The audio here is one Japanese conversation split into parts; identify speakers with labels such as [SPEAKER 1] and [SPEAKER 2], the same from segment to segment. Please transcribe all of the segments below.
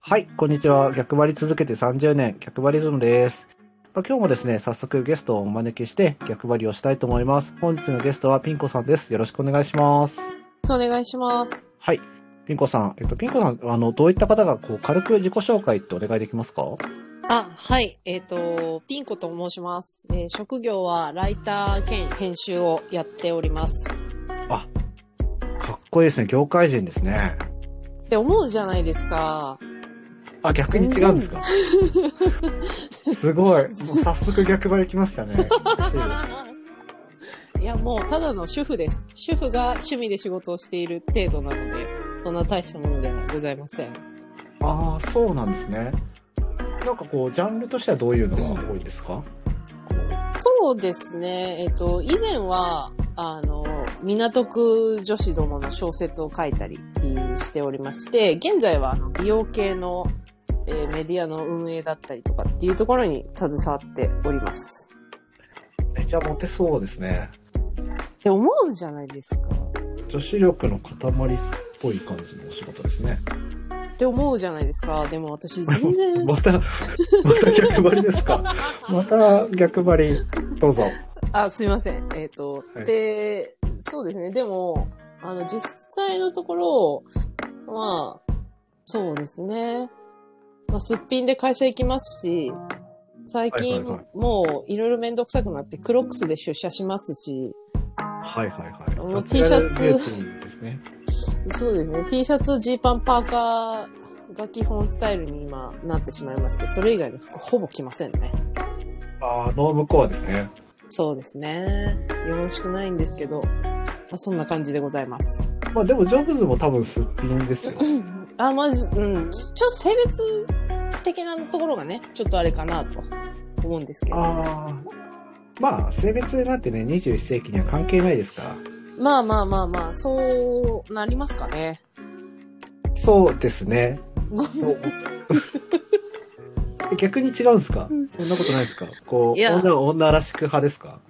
[SPEAKER 1] はい、こんにちは。逆張り続けて30年、逆張りズムです。まあ今日もですね、早速ゲストをお招きして逆張りをしたいと思います。本日のゲストはピンコさんです。よろしくお願いします。
[SPEAKER 2] お願いします。
[SPEAKER 1] はい、ピンコさん。えっと、ピンコさん、あの、どういった方が、こう、軽く自己紹介ってお願いできますか
[SPEAKER 2] あ、はい。えっ、と、ピンコと申します、えー職業はライター兼編集をやっております。
[SPEAKER 1] かっこいいですね。業界人ですね。
[SPEAKER 2] って思うじゃないですか。
[SPEAKER 1] あ、逆に違うんですかすごい。もう早速逆張り来ましたね。嬉しいです
[SPEAKER 2] いや、もうただの主婦です。主婦が趣味で仕事をしている程度なので、そんな大したものではございません。
[SPEAKER 1] ああ、そうなんですね。なんかこう、ジャンルとしてはどういうのが多いですか
[SPEAKER 2] そうですね。えっ、と、以前は、あの、港区女子どもの小説を書いたりしておりまして、現在はあの美容系の、えーメディアの運営だったりとかっていうところに携わっております。
[SPEAKER 1] めちゃモテそうですね。
[SPEAKER 2] って思うじゃないですか。
[SPEAKER 1] 女子力の塊っぽい感じのお仕事ですね。
[SPEAKER 2] って思うじゃないですか。でも私 全然、
[SPEAKER 1] また、また逆張りです かまた逆張り、どうぞ。
[SPEAKER 2] あ、すいません。えっ、と、
[SPEAKER 1] はい
[SPEAKER 2] で、そうですね。でも、あの、実際のところ、まあ、そうですね。まあ、すっぴんで会社行きますし、最近、
[SPEAKER 1] はいはいは
[SPEAKER 2] もういろいろめんどくさくなって、クロックスで出社しますし、
[SPEAKER 1] はいはいはい。
[SPEAKER 2] もう
[SPEAKER 1] ナチ
[SPEAKER 2] T シャツ
[SPEAKER 1] ュラルベースにですね。
[SPEAKER 2] そうですね。T シャツ、ジーパン、パーカーが基本スタイルに今なってしまいまして、それ以外の服ほぼ着ませんね。
[SPEAKER 1] ああ、ノームコアですね。
[SPEAKER 2] そうですね。よろしくないんですけど、まあ、そんな感じでございます。
[SPEAKER 1] まあでも、ジョブズも多分すっぴんですよ。
[SPEAKER 2] あ、まじ、うん。ちょっと性別的なところがね、ちょっとあれかなと思うんですけど。
[SPEAKER 1] ああ。まあ、性別なんてね、21世紀には関係ないですから。
[SPEAKER 2] まあまあまあまあ、そうなりますかね。
[SPEAKER 1] そうですね。
[SPEAKER 2] ご
[SPEAKER 1] そう 逆に違うんですかそんなことないですかこう、
[SPEAKER 2] いや
[SPEAKER 1] 女は女らしく派ですか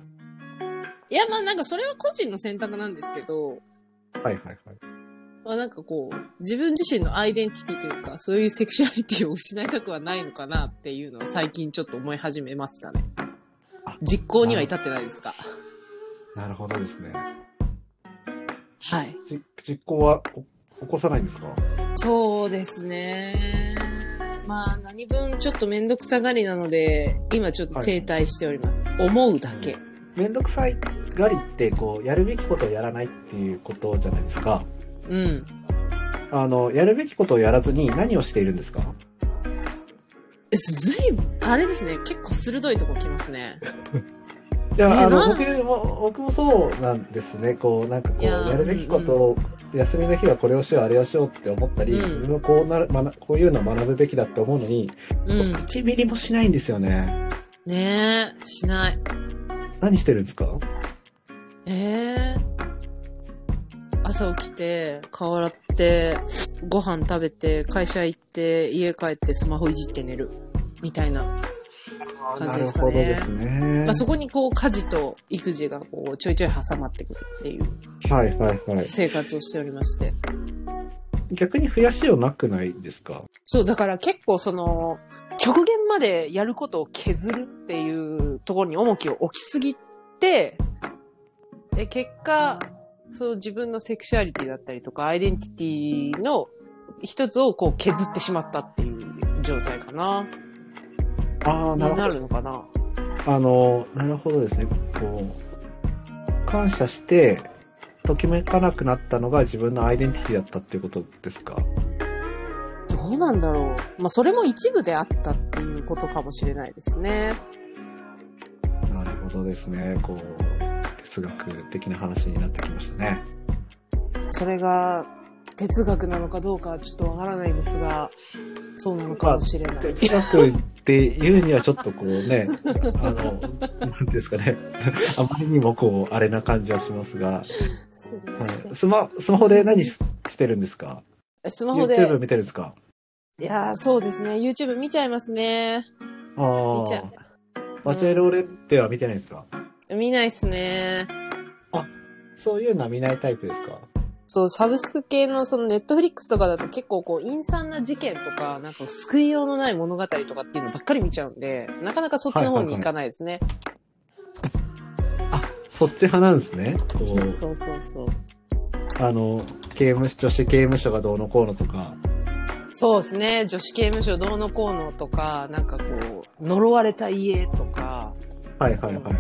[SPEAKER 2] いや、まあなんかそれは個人の選択なんですけど、
[SPEAKER 1] はいはいはい。
[SPEAKER 2] まあなんかこう、自分自身のアイデンティティというか、そういうセクシュアリティを失いたくはないのかなっていうのは最近ちょっと思い始めましたね
[SPEAKER 1] あ。
[SPEAKER 2] 実行には至ってないですか。
[SPEAKER 1] なるほどですね。
[SPEAKER 2] はい。
[SPEAKER 1] じ実行はお起こさないんですか
[SPEAKER 2] そうですね。まあ、何分ちょっとめんどくさがりなので、今ちょっと停滞しております。思うだけ。
[SPEAKER 1] めんどくさいがりって、こう、やるべきことをやらないっていうことじゃないですか。
[SPEAKER 2] うん。
[SPEAKER 1] あの、やるべきことをやらずに何をしているんですか
[SPEAKER 2] えずいぶん、あれですね。結構鋭いとこ来ますね。
[SPEAKER 1] いや、
[SPEAKER 2] え
[SPEAKER 1] あの、
[SPEAKER 2] なん
[SPEAKER 1] 僕も、僕もそうなんですね。こう、なんかこう、
[SPEAKER 2] いやー
[SPEAKER 1] やるべきことを、休みの日はこれをしよう、あれをしようって思ったり、
[SPEAKER 2] うん
[SPEAKER 1] 自分はこうなる、学こういうのを学ぶべきだって思うのに、
[SPEAKER 2] うん。
[SPEAKER 1] 1ミリもしないんですよね。
[SPEAKER 2] ねえ、しない。
[SPEAKER 1] 何してるんですか
[SPEAKER 2] ええ朝起きて、顔洗って、ご飯食べて、会社行って、家帰って、スマホいじって寝る。みたいな。感
[SPEAKER 1] な
[SPEAKER 2] じ
[SPEAKER 1] る
[SPEAKER 2] ですか
[SPEAKER 1] ほ
[SPEAKER 2] ね
[SPEAKER 1] どですね
[SPEAKER 2] まあ、。そこにこう、家事と育児がこう、ちょいちょい挟まってくるっていう
[SPEAKER 1] はいはいはい。
[SPEAKER 2] 生活をしておりまして。
[SPEAKER 1] 逆に増やしようなくないですか
[SPEAKER 2] そう、だから結構その、極限までやることを削るっていうところに重きを置きすぎて、で、結果、そう自分のセクシュアリティだったりとか、アイデンティティの一つをこう削ってしまったっていう状態かな。
[SPEAKER 1] ああ、なるほ
[SPEAKER 2] な
[SPEAKER 1] ど。
[SPEAKER 2] るのかな。
[SPEAKER 1] あの、なるほどですね。こう、感謝して、ときめかなくなったのが自分のアイデンティティだったっていうことですか
[SPEAKER 2] どうなんだろう。まあ、それも一部であったっていうことかもしれないですね。
[SPEAKER 1] なるほどですね。こう、哲学的な話になってきましたね。
[SPEAKER 2] それが哲学なのかどうかはちょっとわからないですが、そうなのかもしれない。
[SPEAKER 1] 哲学って言うにはちょっとこう ね、あの、なんていうんですかね、 あまりにもこう、あれな感じはしますが、
[SPEAKER 2] すみま
[SPEAKER 1] は
[SPEAKER 2] せん
[SPEAKER 1] い、スマスマホで何ししてるんですか
[SPEAKER 2] スマホで。
[SPEAKER 1] ?YouTube 見てるんですか
[SPEAKER 2] いやー、そうですね。YouTube 見ちゃいますね。
[SPEAKER 1] ああ
[SPEAKER 2] 見ちゃ、
[SPEAKER 1] バチェロレッテは見てないんですか
[SPEAKER 2] 見ないっすね。
[SPEAKER 1] そういうのは見ないタイプですか
[SPEAKER 2] そう、サブスク系のそのネットフリックスとかだと結構こう、陰惨な事件とか、なんか救いようのない物語とかっていうのばっかり見ちゃうんで、なかなかそっちの方に行かないですね。
[SPEAKER 1] そっち派なんですね。こう
[SPEAKER 2] そうそうそう。
[SPEAKER 1] あの、刑務所、女子刑務所がどうのこうのとか。
[SPEAKER 2] そうですね。女子刑務所どうのこうのとか、なんかこう、呪われた家とか、
[SPEAKER 1] はいはいはい。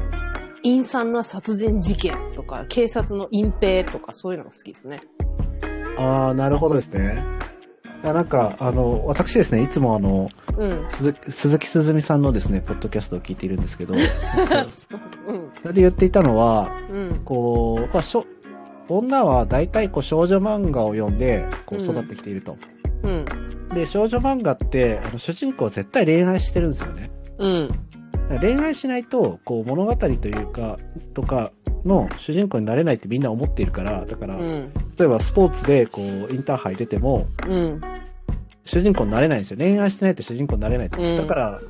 [SPEAKER 2] 陰惨な殺人事件とか、警察の隠蔽とか、そういうのが好きですね。
[SPEAKER 1] ああ、なるほどですね。いやなんか、あの、私ですね、いつもあの、
[SPEAKER 2] うん。
[SPEAKER 1] 鈴木鈴木すずみさんのですね、ポッドキャストを聞いているんですけど、そう
[SPEAKER 2] うん。
[SPEAKER 1] それで言っていたのは、
[SPEAKER 2] うん。
[SPEAKER 1] こう、まあ、しょ女は大体こう少女漫画を読んでこう
[SPEAKER 2] うん
[SPEAKER 1] 育ってきていると。
[SPEAKER 2] うん。
[SPEAKER 1] で、少女漫画ってあの主人公は絶対恋愛してるんですよね。
[SPEAKER 2] うん。
[SPEAKER 1] だから恋愛しないとこう物語というか、とかの主人公になれないってみんな思っているから、だから、
[SPEAKER 2] うん。
[SPEAKER 1] 例えばスポーツでこうインターハイ出ても
[SPEAKER 2] うん。
[SPEAKER 1] 主人公になれないんですよ。恋愛してないと主人公になれないと。
[SPEAKER 2] うん
[SPEAKER 1] だから、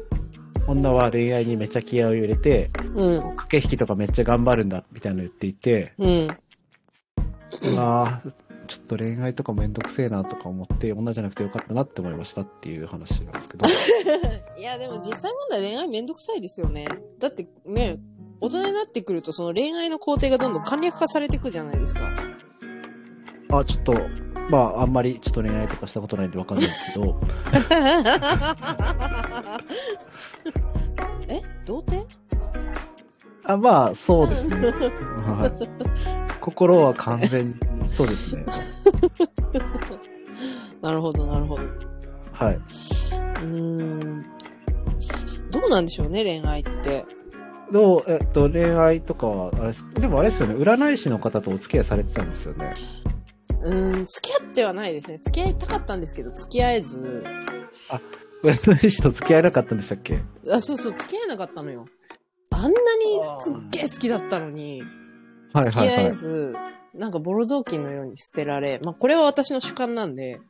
[SPEAKER 1] 女は恋愛にめっちゃ気合を入れて、
[SPEAKER 2] うん。
[SPEAKER 1] 駆け引きとかめっちゃ頑張るんだみたいなの言っていて、
[SPEAKER 2] うん。
[SPEAKER 1] ああ、ちょっと恋愛とかめんどくせえなとか思って、女じゃなくてよかったなって思いましたっていう話なん ですけど。
[SPEAKER 2] いや、でも実際問題恋愛めんどくさいですよね。だってね、大人になってくるとその恋愛の工程がどんどん簡略化されていくじゃないですか。
[SPEAKER 1] あ、ちょっと、まあ、あんまりちょっと恋愛とかしたことないんでわかんないですけど、
[SPEAKER 2] え童貞
[SPEAKER 1] あまあ、そうですね。 はい、心は完全に、そうですね。
[SPEAKER 2] なるほど、なるほど。う
[SPEAKER 1] はい。
[SPEAKER 2] ーん。どうなんでしょうね、恋愛って。
[SPEAKER 1] どう、えっと、恋愛とかは、あれです、でもあれですよね、占い師の方とお付き合いされてたんですよね。
[SPEAKER 2] うーん、付き合ってはないですね。付き合いたかったんですけど、付き合えず。
[SPEAKER 1] 占い師と付き合えなかったんでしたっけ
[SPEAKER 2] あ、そうそう、付き合えなかったのよ。あんなにすっげえ好きだったのに。
[SPEAKER 1] はい
[SPEAKER 2] と
[SPEAKER 1] は
[SPEAKER 2] り
[SPEAKER 1] い
[SPEAKER 2] あ
[SPEAKER 1] は
[SPEAKER 2] え
[SPEAKER 1] い。
[SPEAKER 2] ず、なんかボロ雑巾のように捨てられ、まあこれは私の主観なんで、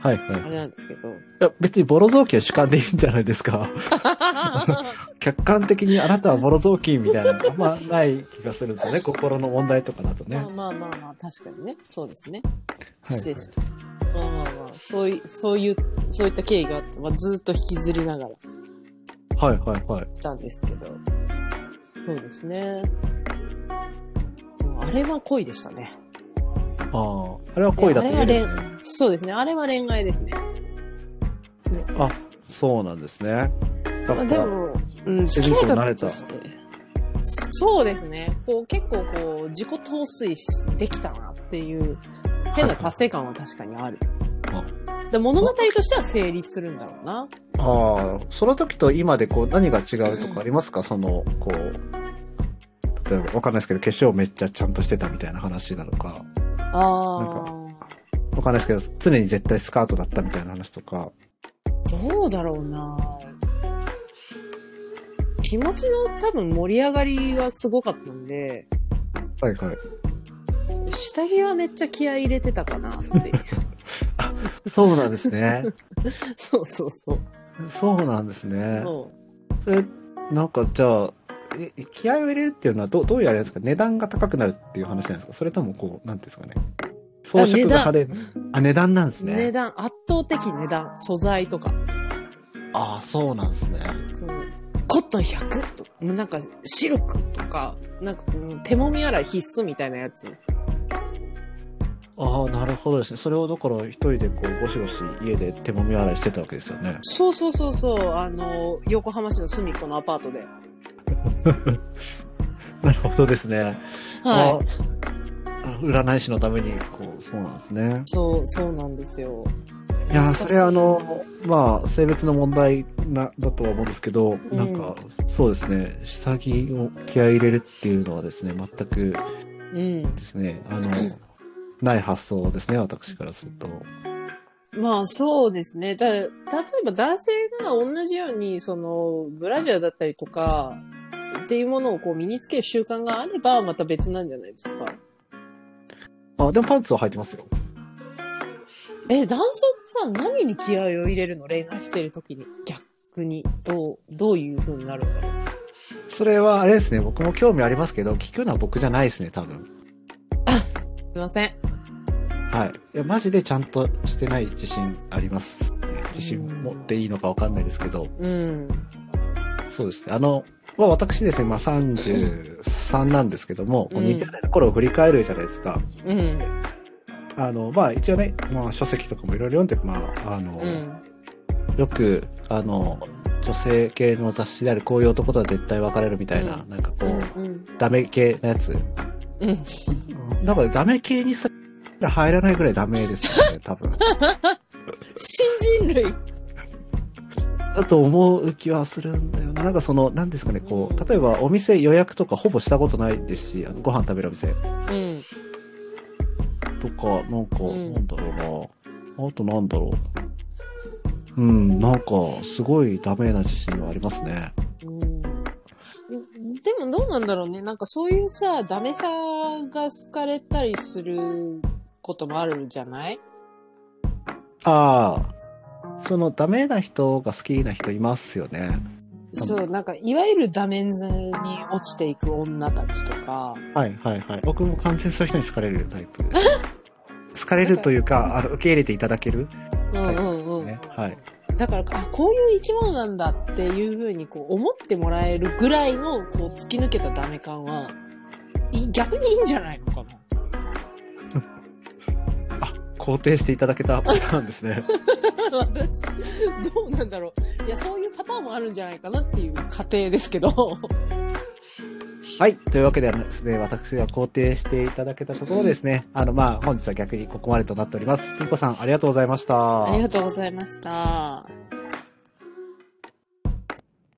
[SPEAKER 1] はいはい
[SPEAKER 2] あれなんですけど。
[SPEAKER 1] いや別にボロ雑巾は主観でいいんじゃないですか。客観的にあなたはボロ雑巾みたいなのあんまない気がするんです よね。心の問題とかだとね。
[SPEAKER 2] ま
[SPEAKER 1] は
[SPEAKER 2] あまあまあまあ、確かにね。そうですね。
[SPEAKER 1] い、
[SPEAKER 2] 失礼しました。まあまあまあ、そういう、そういう、そういった経緯があって、まあずっと引きずりながら
[SPEAKER 1] はいはいはい。
[SPEAKER 2] 来たんですけど。そうですね。もうあれは恋でしたね。
[SPEAKER 1] ああ、あれは恋だと言えるんですね。
[SPEAKER 2] そうですね。あれは恋愛ですね。
[SPEAKER 1] あそうなんですね。だ
[SPEAKER 2] ま
[SPEAKER 1] か
[SPEAKER 2] あで
[SPEAKER 1] ら、
[SPEAKER 2] も、うん、
[SPEAKER 1] 主
[SPEAKER 2] 付
[SPEAKER 1] 人
[SPEAKER 2] き
[SPEAKER 1] 公
[SPEAKER 2] 合え
[SPEAKER 1] に
[SPEAKER 2] た
[SPEAKER 1] なれ
[SPEAKER 2] と
[SPEAKER 1] た
[SPEAKER 2] して。そうですね。こう結構こう、自己陶酔しできたなっていう、変な達成感は確かにある。
[SPEAKER 1] あ
[SPEAKER 2] で物語としては成立するんだろうな。
[SPEAKER 1] ああ、その時と今でこう何が違うとかありますかその、こう、例えばわかんないですけど、化粧めっちゃちゃんとしてたみたいな話なのか、
[SPEAKER 2] あ
[SPEAKER 1] わかんないですけど、常に絶対スカートだったみたいな話とか、
[SPEAKER 2] あ、どうだろうな。気持ちの多分盛り上がりはすごかったんで、
[SPEAKER 1] はいはい。
[SPEAKER 2] 下着はめっちゃ気合い入れてたかなって いう。
[SPEAKER 1] そうなんですね。
[SPEAKER 2] そうそうそう。
[SPEAKER 1] そうなんですね。
[SPEAKER 2] そう
[SPEAKER 1] それ、なんかじゃあ、え気合を入れるっていうのはどうどういうあれですか値段が高くなるっていう話なんですかそれともこう、なんていうんですかね。装飾が派手な。 あ、値段なんですね。
[SPEAKER 2] 値段、圧倒的値段、素材とか。
[SPEAKER 1] ああ、そうなんですね。
[SPEAKER 2] そうコットン100とか、なんかシルクとか、なんかうん手もみ洗い必須みたいなやつ。
[SPEAKER 1] ああ、なるほどですね。それをだから一人でこう、ゴシゴシ家で手もみ洗いしてたわけですよね。
[SPEAKER 2] そうそうそうそう、あの、横浜市の隅っこのアパートで。
[SPEAKER 1] なるほどですね。
[SPEAKER 2] はい。
[SPEAKER 1] ああ占い師のために、こう、そうなんですね。
[SPEAKER 2] そう、そうなんですよ。
[SPEAKER 1] いやー、
[SPEAKER 2] 難しい
[SPEAKER 1] それあの、まあ、性別の問題なだとは思うんですけど、
[SPEAKER 2] うん
[SPEAKER 1] なんか、そうですね、下着を気合い入れるっていうのはですね、全く
[SPEAKER 2] うん
[SPEAKER 1] で。すね、あの、ない発想ですね、私からすると。
[SPEAKER 2] まあそうですね。だ例えば男性が同じように、その、ブラジャーだったりとか、っていうものをこう身につける習慣があれば、また別なんじゃないですか。
[SPEAKER 1] あ、でもパンツは履いてますよ。
[SPEAKER 2] え、男性ってさ、何に気合を入れるの恋愛してる時に。逆に。どう、どういう風になるんだろう。
[SPEAKER 1] それはあれですね、僕も興味ありますけど、聞くのは僕じゃないですね、多分。
[SPEAKER 2] すいません。
[SPEAKER 1] はい。いや、マジでちゃんとしてない自信あります。自信持っていいのかわかんないですけど、
[SPEAKER 2] うん。
[SPEAKER 1] そうですね。あの、まあ、私ですね、まあ、33なんですけども、こう
[SPEAKER 2] うん
[SPEAKER 1] 20代の頃を振り返るじゃないですか。
[SPEAKER 2] うん。
[SPEAKER 1] あの、まあ、一応ね、まあ、書籍とかもいろいろ読んで、まあ、あの、
[SPEAKER 2] うん。
[SPEAKER 1] よく、あの、女性系の雑誌であるこういう男とは絶対別れるみたいな、
[SPEAKER 2] う
[SPEAKER 1] なんかこ
[SPEAKER 2] う
[SPEAKER 1] う、
[SPEAKER 2] ん。
[SPEAKER 1] ダメ系のやつ。
[SPEAKER 2] うん。
[SPEAKER 1] だからダメ系にすら入らないぐらいダメですよね、多分。
[SPEAKER 2] 新人類。
[SPEAKER 1] だと思う気はするんだよな。なんかその、なんですかね、こう、例えばお店予約とかほぼしたことないですし、あのご飯食べるお店
[SPEAKER 2] うん。
[SPEAKER 1] とか、なんか、
[SPEAKER 2] うん
[SPEAKER 1] なんだろうな。あとなんだろう。うん、なんか、すごいダメな自信はありますね。
[SPEAKER 2] うんでもどうなんだろうね。なんかそういうさ、ダメさが好かれたりすることもあるじゃない
[SPEAKER 1] ああ、そのダメな人が好きな人いますよね。
[SPEAKER 2] そう、なんかいわゆるダメンズに落ちていく女たちとか。
[SPEAKER 1] はいはいはい。僕も完全そういう人に好かれるタイプ です。好かれるというか、あの、受け入れていただける。
[SPEAKER 2] うんうんうん。
[SPEAKER 1] ねはい
[SPEAKER 2] だから、あ、こういう生き物なんだっていうふうにこう思ってもらえるぐらいのこう突き抜けたダメ感は、い逆にいいんじゃないのかな
[SPEAKER 1] あ、肯定していただけたパターンですね。
[SPEAKER 2] 私、どうなんだろう。いや、そういうパターンもあるんじゃないかなっていう過程ですけど。
[SPEAKER 1] はい。というわけでですね、私が肯定していただけたところですね、あの、まあ、本日は逆にここまでとなっております。ピンコさん、ありがとうございました。
[SPEAKER 2] ありがとうございました。